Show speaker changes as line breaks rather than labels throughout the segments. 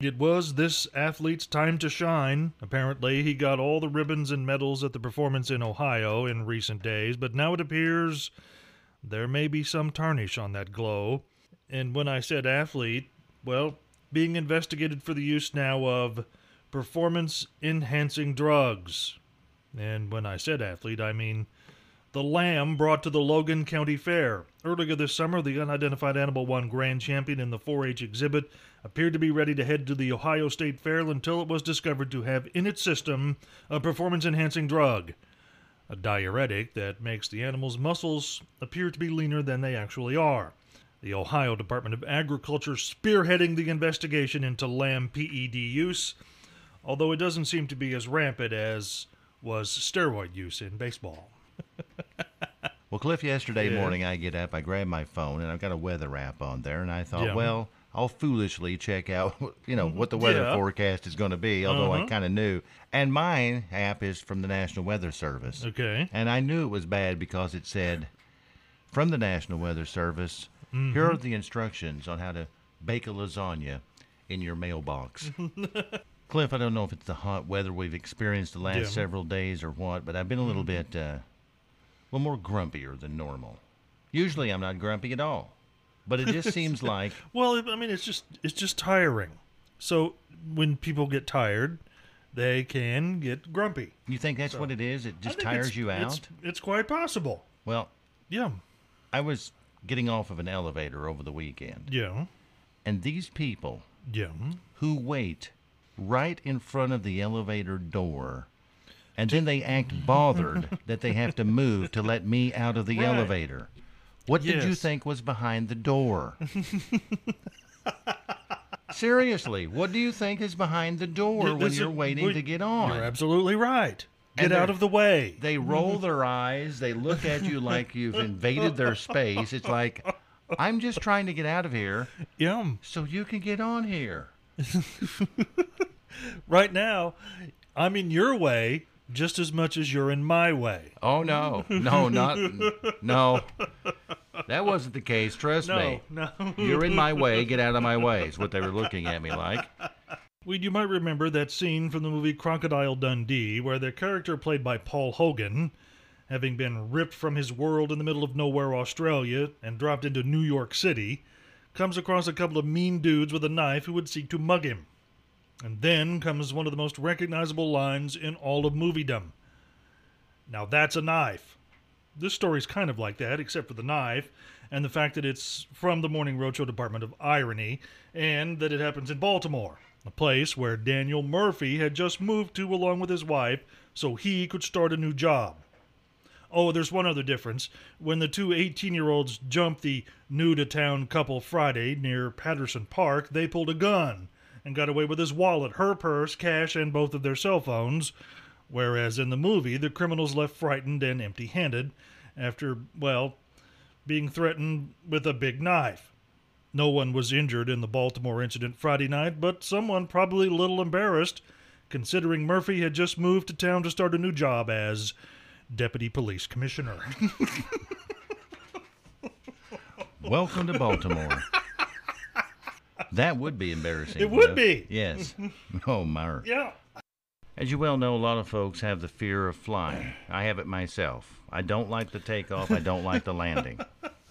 It was this athlete's time to shine. Apparently, he got all the ribbons and medals at the performance in Ohio in recent days, but now it appears there may be some tarnish on that glow. And when I said athlete, well, being investigated for the use now of performance enhancing drugs. And when I said athlete, I mean the lamb brought to the Logan County Fair. Earlier this summer, the unidentified animal won grand champion in the 4 H exhibit, appeared to be ready to head to the Ohio State Fair until it was discovered to have in its system a performance enhancing drug, a diuretic that makes the animal's muscles appear to be leaner than they actually are. The Ohio Department of Agriculture spearheading the investigation into lamb PED use, although it doesn't seem to be as rampant as was steroid use in baseball.
Well, Cliff, yesterday
Yeah.
morning I get up, I grab my phone, and I've got a weather app on there, and I thought,
Yeah.
well, I'll foolishly check out, you know, what the weather
Yeah. Uh-huh.
forecast is going to be, although I kind of knew. And mine app is from the National Weather Service.
Okay.
And I knew it was bad because it said, from the National Weather Service,
Mm-hmm.
here are the instructions on how to bake a lasagna in your mailbox. Cliff, I don't know if it's the hot weather we've experienced the last
Yeah. Mm-hmm.
several days or what, but I've been a little bit, uh, well, more grumpier than normal. Usually I'm not grumpy at all, but it just seems like,
Well, I mean, it's just it's just tiring. So when people get tired, they can get grumpy.
you think that's what it is? It
I
just
think
tires
it's-
you out?
It's, it's quite possible.
Well,
Yeah,
I was getting off of an elevator over the weekend,
yeah,
and these people
yeah.
who wait right in front of the elevator door. And then they act bothered that they have to move to let me out of the
Right.
elevator. What did you
Yes.
think was behind the door? Seriously, what do you think is behind the door
Th-
when
this
you're
is-
waiting
well,
to get
You're
on?
absolutely right. Get
And
out
they're-
of the way.
They roll their eyes, they look at you like you've invaded their space. It's like, I'm just trying to get out of here
Yeah.
so you can get on here.
Right now, I'm in your way just as much as you're in my way.
Oh no, no, not no. That wasn't the case. Trust
No,
me.
no.
You're in my way. Get out of my way. Is what they were looking at me like.
Well, you might remember that scene from the movie Crocodile Dundee, where the character played by Paul Hogan, having been ripped from his world in the middle of nowhere Australia and dropped into New York City, comes across a couple of mean dudes with a knife who would seek to mug him. And then comes one of the most recognizable lines in all of moviedom. Now that's a knife. This story's kind of like that, except for the knife and the fact that it's from the Morning Roadshow Department of Irony and that it happens in Baltimore, a place where Daniel Murphy had just moved to along with his wife so he could start a new job. Oh, there's one other difference. When the two 18 year olds jumped the new to town couple Friday near Patterson Park, they pulled a gun and got away with his wallet, her purse, cash, and both of their cell phones. Whereas in the movie, the criminals left frightened and empty handed after, well, being threatened with a big knife. No one was injured in the Baltimore incident Friday night, but someone probably a little embarrassed, considering Murphy had just moved to town to start a new job as deputy police commissioner.
Welcome to Baltimore. That would be embarrassing.
It would
Cliff.
be.
Yes. Oh my.
yeah.
As you well know, a lot of folks have the fear of flying. I have it myself. I don't like the takeoff. I don't like the landing.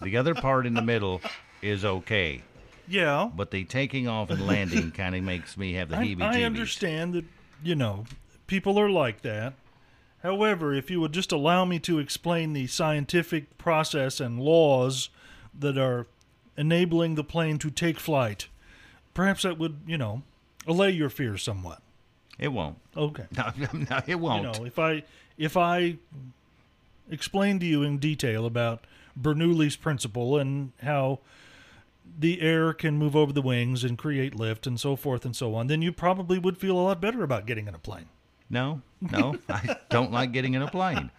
The other part in the middle is okay,
Yeah.
but the taking off and landing kind of makes me have the
I,
heebie-jeebies.
I understand that, you know, people are like that. However, if you would just allow me to explain the scientific process and laws that are enabling the plane to take flight, perhaps that would, you know, allay your fears somewhat.
It won't.
Okay.
No, no, it
You
won't.
know, if I if I explain to you in detail about Bernoulli's principle and how the air can move over the wings and create lift and so forth and so on, then you probably would feel a lot better about getting in a plane.
No, no, I don't like getting in a plane.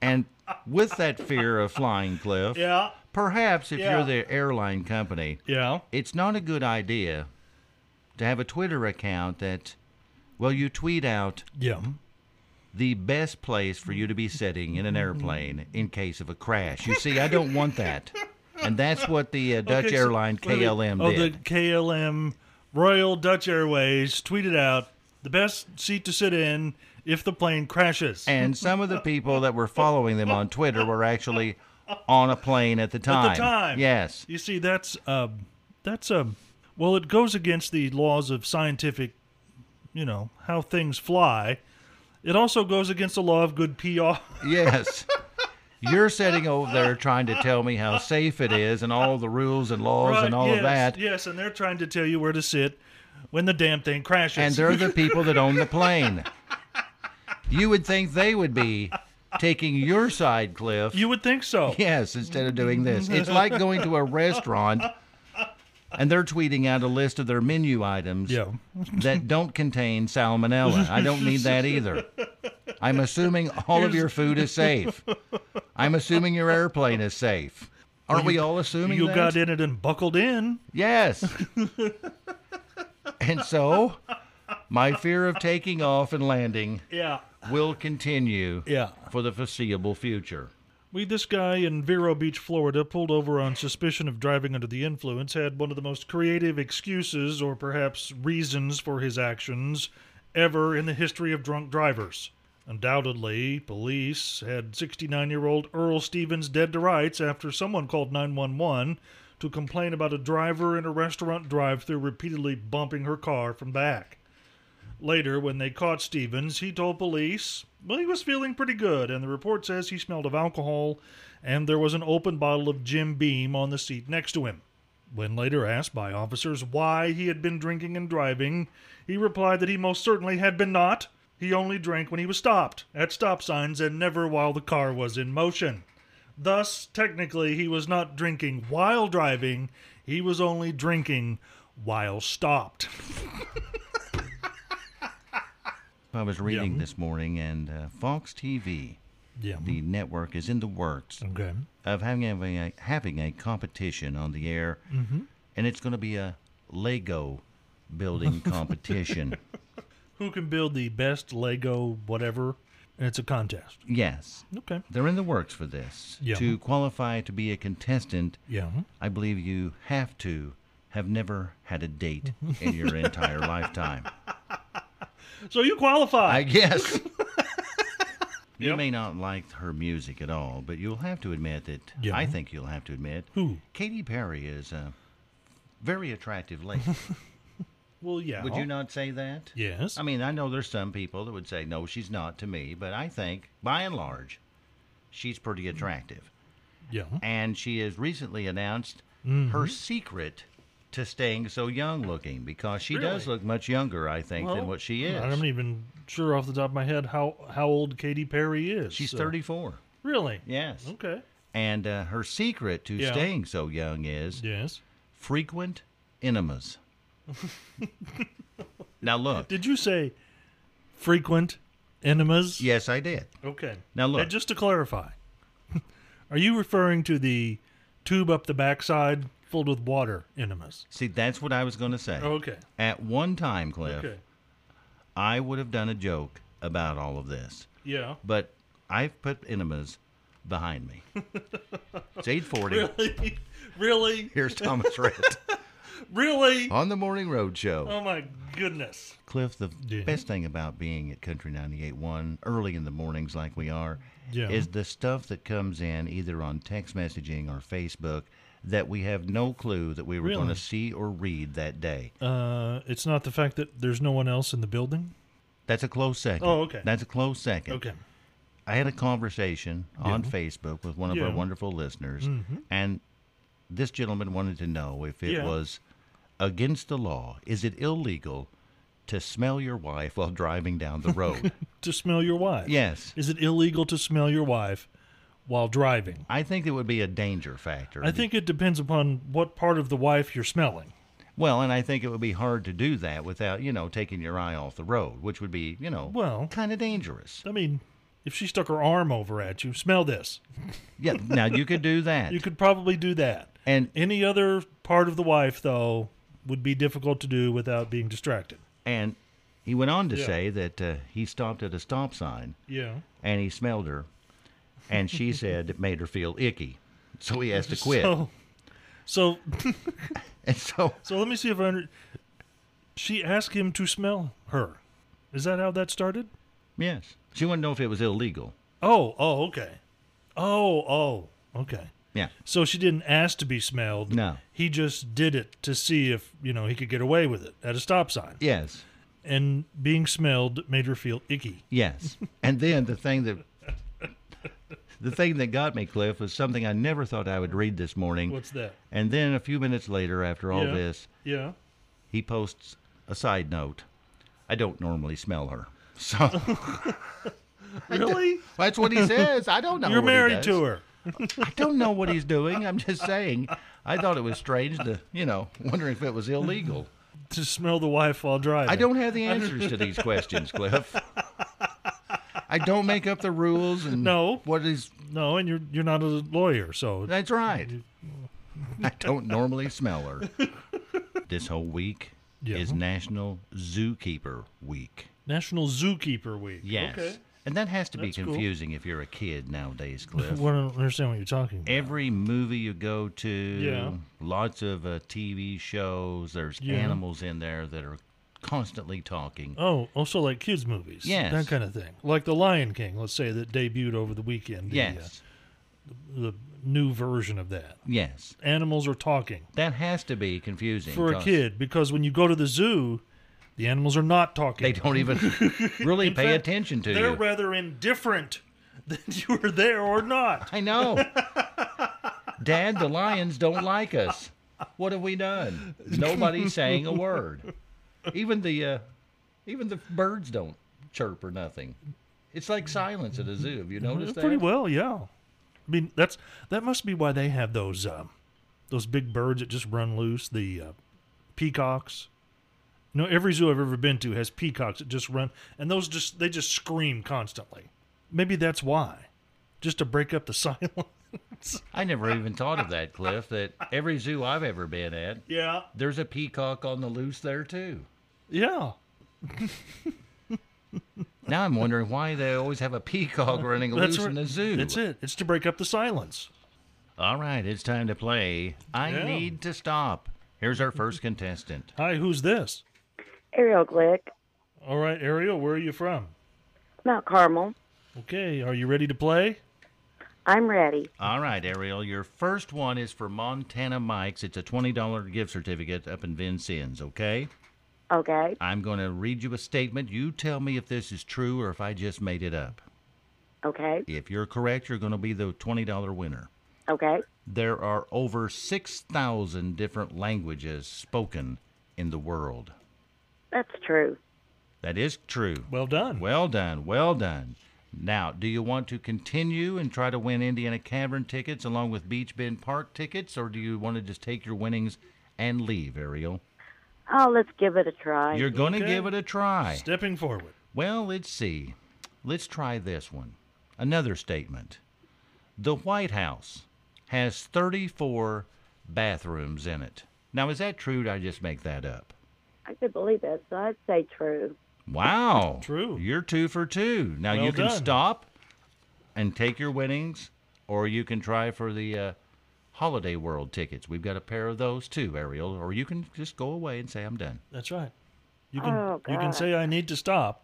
And with that fear of flying, Cliff,
Yeah.
perhaps if
Yeah.
you're the airline company,
Yeah.
it's not a good idea to have a Twitter account that, well, you tweet out
Yeah.
the best place for you to be sitting in an airplane in case of a crash. You see, I don't want that. And that's what the uh, Dutch
Okay, so-
airline
wait a minute.
KLM
Oh,
did.
the KLM Royal Dutch Airways tweeted out the best seat to sit in if the plane crashes.
And some of the people that were following them on Twitter were actually on a plane at the time.
time.
Yes.
You see, that's uh, that's um, well, it goes against the laws of scientific, you know, how things fly. It also goes against the law of good PR.
Yes. You're sitting over there trying to tell me how safe it is and all the rules and laws
Right,
and all
yes,
of that.
Yes, and they're trying to tell you where to sit when the damn thing crashes.
And they're the people that own the plane. You would think they would be taking your side, Cliff.
you would think so.
Yes, instead of doing this. It's like going to a restaurant and they're tweeting out a list of their menu items
Yeah.
that don't contain salmonella. I don't need that either. I'm assuming all of your food is safe. I'm assuming your airplane is safe. Aren't we all assuming
You
that?
got in it and buckled in.
Yes. and so my fear of taking off and landing
Yeah.
will continue
Yeah.
for the foreseeable future.
We, this guy in Vero Beach, Florida, pulled over on suspicion of driving under the influence, had one of the most creative excuses or perhaps reasons for his actions ever in the history of drunk drivers. Undoubtedly, police had 69 year old Earl Stevens dead to rights after someone called 911 to complain about a driver in a restaurant drive through repeatedly bumping her car from back. Later, when they caught Stevens, he told police, well, he was feeling pretty good, and the report says he smelled of alcohol and there was an open bottle of Jim Beam on the seat next to him. When later asked by officers why he had been drinking and driving, he replied that he most certainly had been not. He only drank when he was stopped, at stop signs, and never while the car was in motion. Thus, technically, he was not drinking while driving, he was only drinking while stopped.
I was reading this morning, and uh, Fox TV,
Yeah.
the network, is in the works
Okay.
of having a, having a competition on the air,
Mm-hmm.
and it's going to be a Lego building competition.
who can build the best Lego whatever, and it's a contest.
yes,
Okay.
they're in the works for this.
Yeah.
To qualify to be a contestant,
Yeah.
I believe you have to have never had a date
Mm-hmm.
in your entire lifetime.
So you qualify.
I guess. You
Yep.
may not like her music at all, but you'll have to admit that
Yeah.
I think you'll have to admit
who?
Katy Perry is a very attractive lady.
Well, yeah.
would you not say that?
Yes.
I mean, I know there's some people that would say, no, she's not to me, but I think, by and large, she's
Mm.
pretty attractive.
yeah.
And she has recently announced
Mm-hmm.
her secret to staying so young looking because she does
Really?
look much younger, I think,
Well,
than what she is.
I'm not even sure off the top of my head how how old Katy Perry is.
she's
so-
34.
Really?
Yes.
Okay.
And uh, her secret to
Yeah.
staying so young is
Yes.
frequent enemas. now, look.
Did you say frequent enemas?
Yes, I did.
Okay.
Now look.
And just to clarify, are you referring to the tube up the backside filled with water enemas?
See, that's what I was going to say.
Okay.
At one time, Cliff,
Okay.
I would have done a joke about all of this,
Yeah.
but I've put enemas behind me. it's 8:40.
Really? really?
Here's Thomas Rhett
Really?
on the Morning Road Show.
Oh my goodness.
Cliff, the
Yeah.
best thing about being at Country 98.1 early in the mornings like we are
Yeah.
is the stuff that comes in either on text messaging or Facebook that we have no clue that we were going
Really?
to see or read that day.
Uh, it's not the fact that there's no one else in the building.
That's a close second.
Oh, okay.
That's a close second.
Okay.
I had a conversation on Facebook with one of our
Yeah. Mm-hmm.
wonderful listeners, and this gentleman wanted to know if it
Yeah.
was against the law. Is it illegal to smell your wife while driving down the road?
To smell your wife.
yes.
Is it illegal to smell your wife while driving.
I think it would be a danger factor.
I think it depends upon what part of the wife you're smelling.
Well, and I think it would be hard to do that without, you know, taking your eye off the road, which would be, you know,
Well-
kind of dangerous.
I mean, if she stuck her arm over at you, smell this.
Yeah. Now you could do that.
You could probably do that.
and
Any other part of the wife, though, would be difficult to do without being distracted.
and he went on to
Yeah.
say that uh, he stopped at a stop sign
Yeah.
and he smelled her, and she said it made her feel icky, so he has to quit.
So, so,
and so
so let me see if I. Under- she asked him to smell her. Is that how that started?
yes, she wanted to know if it was illegal.
Oh, oh, okay. Oh, oh, okay.
Yeah.
So she didn't ask to be smelled.
No.
He just did it to see if, you know, he could get away with it at a stop sign.
Yes.
And being smelled made her feel icky.
Yes. And then the thing that the thing that got me, Cliff, was something I never thought I would read this morning.
What's that?
And then a few minutes later, after all
Yeah.
this,
Yeah.
he posts a side note. I don't normally smell her. So
Really?
that's what he says. I don't know.
You're
what he
married
does.
to her.
I don't know what he's doing. I'm just saying. I thought it was strange to, you know, wondering if it was illegal.
To smell the wife while driving.
I don't have the answers to these questions, Cliff. I don't make up the rules and
No.
what is
No, and you're you're not a lawyer, so
That's right. I don't normally smell her. This whole week
Yeah.
is National Zookeeper Week.
National Zookeeper Week.
Yes.
Okay.
And that has to be
That's cool.
confusing if you're a kid nowadays,
I
Cliff.
don't understand what you're talking about.
Every movie you go to,
Yeah.
lots of uh, TV shows, there's
Yeah.
animals in there that are constantly talking.
Oh, also like kids' movies.
Yes.
That kind of thing. Like The Lion King, let's say, that debuted over the weekend. the, uh,
yes.
the new version of that.
Yes.
Animals are talking
That has to be confusing
for a
'cause
kid because when you go to the zoo, the animals are not talking.
They don't even really pay
fact,
attention to
They're
you.
rather indifferent that you were there or not.
I know. Dad, the lions don't like us. What have we done? Nobody's saying a word. Even the uh, even the birds don't chirp or nothing. It's like silence at a zoo. Have you noticed that?
Mm-hmm. Pretty well, yeah. I mean, that's that must be why they have those um, those big birds that just run loose. The uh, peacocks. No, every zoo I've ever been to has peacocks that just run, and those just they just scream constantly. Maybe that's why, just to break up the silence.
I never even thought of that, Cliff. That every zoo I've ever been at,
yeah,
there's a peacock on the loose there too.
yeah.
Now I'm wondering why they always have a peacock running
That's
loose
right.
in a zoo.
That's it. It's to break up the silence.
All right, it's time to play. I
Yeah.
need to stop. Here's our first contestant.
Hi, who's this?
Ariel Glick,
All right, Ariel, where are you from?
Mount Carmel.
Okay, are you ready to play?
I'm ready.
All right, Ariel, your first one is for Montana Mike's. It's a $20 gift certificate up in Vincennes, okay?
Okay.
I'm going to read you a statement. You tell me if this is true or if I just made it up.
Okay.
If you're correct, you're going to be the $20 winner.
Okay.
There are over 6,000 different languages spoken in the world.
That's true.
That is true.
Well done.
Well done, well done. Now, do you want to continue and try to win Indiana Cavern tickets along with Beach Bend Park tickets, or do you want to just take your winnings and leave, Ariel?
Oh, let's give it a try.
You're going to
Okay.
give it a try.
Stepping forward.
Well, let's see. Let's try this one. Another statement. The White House has 34 bathrooms in it. Now, is that true? Did I just make that up?
I could believe that, so I'd say true.
Wow.
True.
You're two for two. Now
Well
you can
done.
stop and take your winnings, or you can try for the uh, Holiday World tickets. We've got a pair of those too, Ariel. Or you can just go away and say, I'm done.
That's right. You can
Oh,
you can
God.
say I need to stop,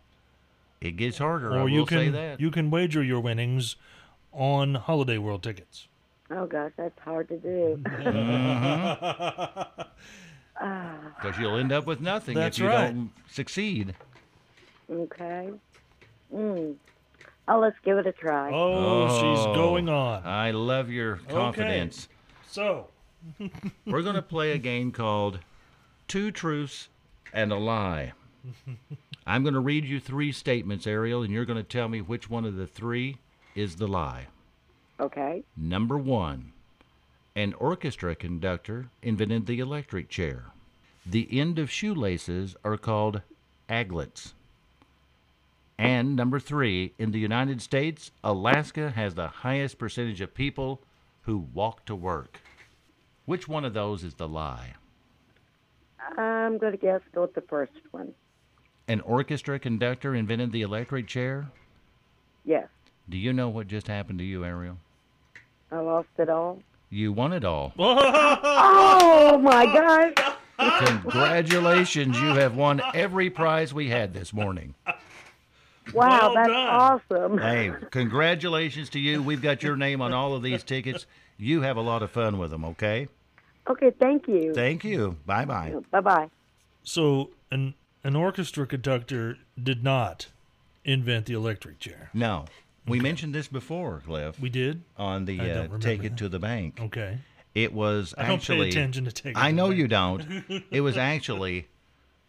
It gets harder. I
or
will
you can
say that.
you can wager your winnings on Holiday World tickets.
Oh, gosh, that's hard to do.
Because you'll end up with nothing
That's
if you
right.
don't succeed.
okay. Mm. Oh, let's give it a try.
Oh, she's going on.
I love your confidence.
So
We're going to play a game called Two Truths and a Lie. I'm going to read you three statements, Ariel, and you're going to tell me which one of the three is the lie.
Okay.
Number one, an orchestra conductor invented the electric chair. The end of shoelaces are called aglets. And number three, in the United States, Alaska has the highest percentage of people who walk to work. Which one of those is the lie?
I'm going to guess go with the first one.
An orchestra conductor invented the electric chair?
Yes.
Do you know what just happened to you, Ariel?
I lost it all.
You won it all.
Oh my gosh.
Congratulations, you have won every prize we had this morning.
Wow,
Well
that's
done.
awesome.
Hey, congratulations to you. We've got your name on all of these tickets. You have a lot of fun with them, okay?
Okay, thank you.
Thank you. Bye bye.
bye bye.
So an an orchestra conductor did not invent the electric chair.
No, we mentioned this before, Cliff,
We did.
on the
I don't
uh,
remember
Take It
that.
to the Bank.
Okay.
It was
I don't
actually.
pay attention to take.
I know you don't. It was actually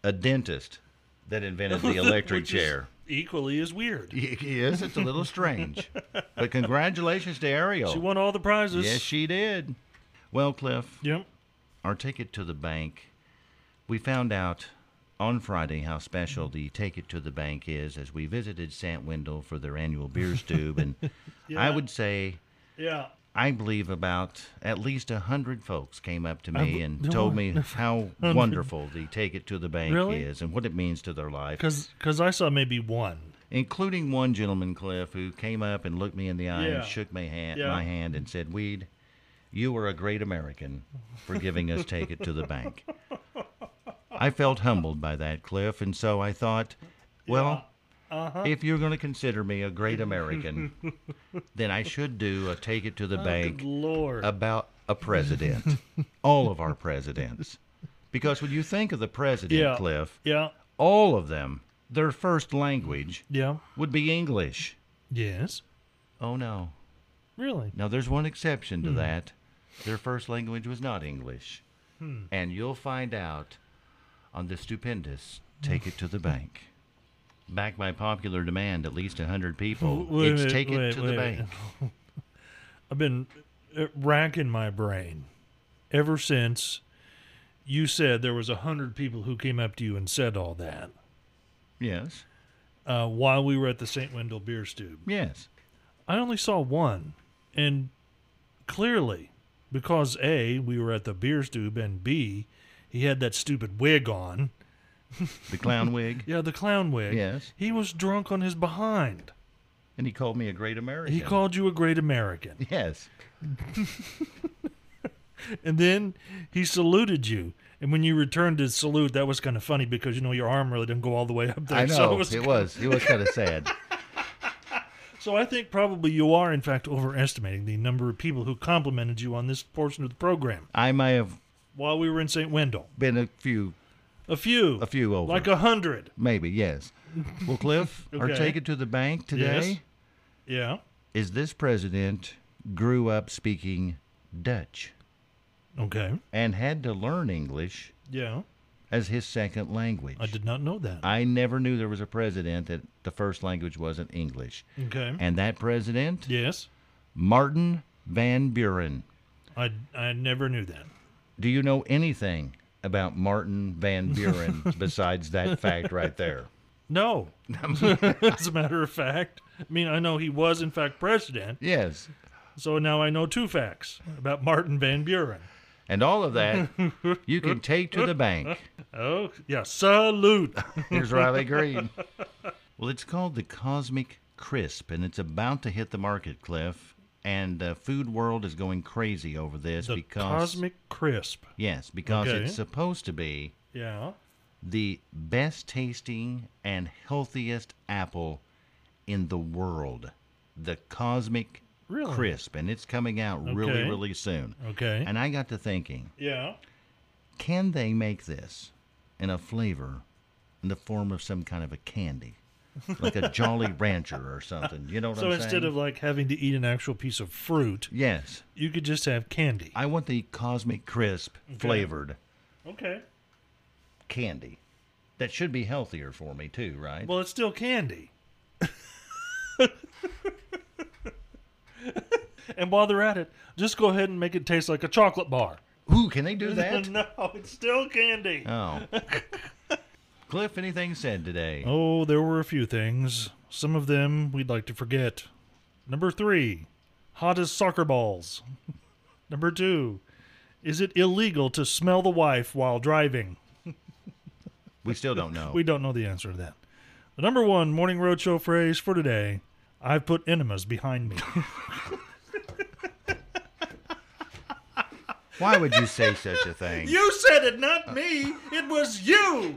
a dentist that invented the electric
Which is
chair.
equally as weird.
Y- Yes, it's a little strange. But congratulations to Ariel.
She won all the prizes.
Yes, she did. Well, Cliff,
Yep.
our Take It to the Bank, we found out on Friday how special the Take It to the Bank is as we visited Sant Wendell for their annual beer stube. And I would say,
Yeah.
I believe about at least a hundred folks came up to me and
no,
told me how wonderful the Take It to the Bank
Really?
is and what it means to their life,
Because because I saw maybe one.
including one gentleman, Cliff, who came up and looked me in the eye
Yeah.
and shook my hand,
Yeah.
my hand and said, Weed, you are a great American for giving us Take It to the Bank. I felt humbled by that, Cliff, and so I thought, well,
Uh-huh.
if you're going to consider me a great American, then I should do a Take It to the Bank
Oh, Good lord.
about a president, all of our presidents. Because when you think of the president,
Yeah.
Cliff,
yeah.
all of them, their first language
Yeah.
would be English.
Yes.
Oh, no.
Really.
Now, there's one exception
Hmm.
to that. Their first language was not English.
Hmm.
And you'll find out on the stupendous Take It to the Bank. Back by popular demand, at least 100 people.
W- wait a
it's
minute,
Take It
wait,
to
wait
the
a
Bank.
minute. I've been uh, racking my brain ever since you said there was a hundred people who came up to you and said all that
Yes.
uh, while we were at the St. Wendell Beer Stube.
Yes.
I only saw one, and clearly because a we were at the beer stube and b he had that stupid wig on.
The clown wig.
Yeah, the clown wig.
Yes.
He was drunk on his behind.
And he called me a great American.
He called you a great American.
Yes.
And then he saluted you. And when you returned his salute, that was kind of funny because you know your arm really didn't go all the way up there.
I know.
So,
it, was, it was. kind of sad.
so I think probably you are in fact overestimating the number of people who complimented you on this portion of the program
I may have
while we were in St. Wendell.
been a few,
A few,
a few over.
like a hundred.
maybe. Yes. Well, Cliff, our
Okay.
take it to the bank today
Yes. Yeah.
is this president grew up speaking Dutch
Okay.
and had to learn English
Yeah.
as his second language.
I did not know that.
I never knew there was a president that the first language wasn't English.
Okay.
And that president,
Yes.
Martin Van Buren.
I I never knew that.
Do you know anything about Martin Van Buren besides that fact right there?
No. As a matter of fact, I mean I know he was in fact president,
Yes.
so now I know two facts about Martin Van Buren.
And all of that you can take to the bank.
Oh, yeah, salute.
Here's Riley Green. Well, it's called the Cosmic Crisp, and it's about to hit the market, Cliff. And uh, Food World is going crazy over this
the
because
cosmic crisp.
yes, because
Okay.
it's supposed to be
Yeah.
the best tasting and healthiest apple in the world. The Cosmic
Really?
Crisp, and it's coming out really,
Okay.
really soon.
Okay.
And I got to thinking,
yeah.
can they make this in a flavor in the form of some kind of a candy? Like a Jolly Rancher or something. You know what
So
I'm
instead
saying?
of like having to eat an actual piece of fruit,
Yes.
you could just have candy.
I want the Cosmic Crisp flavored
Okay.
candy. That should be healthier for me too, right?
Well, it's still candy. And while they're at it, just go ahead and make it taste like a chocolate bar.
Ooh, can they do that?
no, it's still candy.
Oh. Cliff, anything said today?
Oh, there were a few things. Some of them we'd like to forget. Number three, hot as soccer balls. Number two, is it illegal to smell the wife while driving?
We still don't know.
We don't know the answer to that. The number one morning roadshow phrase for today I've put enemas behind me.
Why would you say such a thing?
You said it, not me. It was you.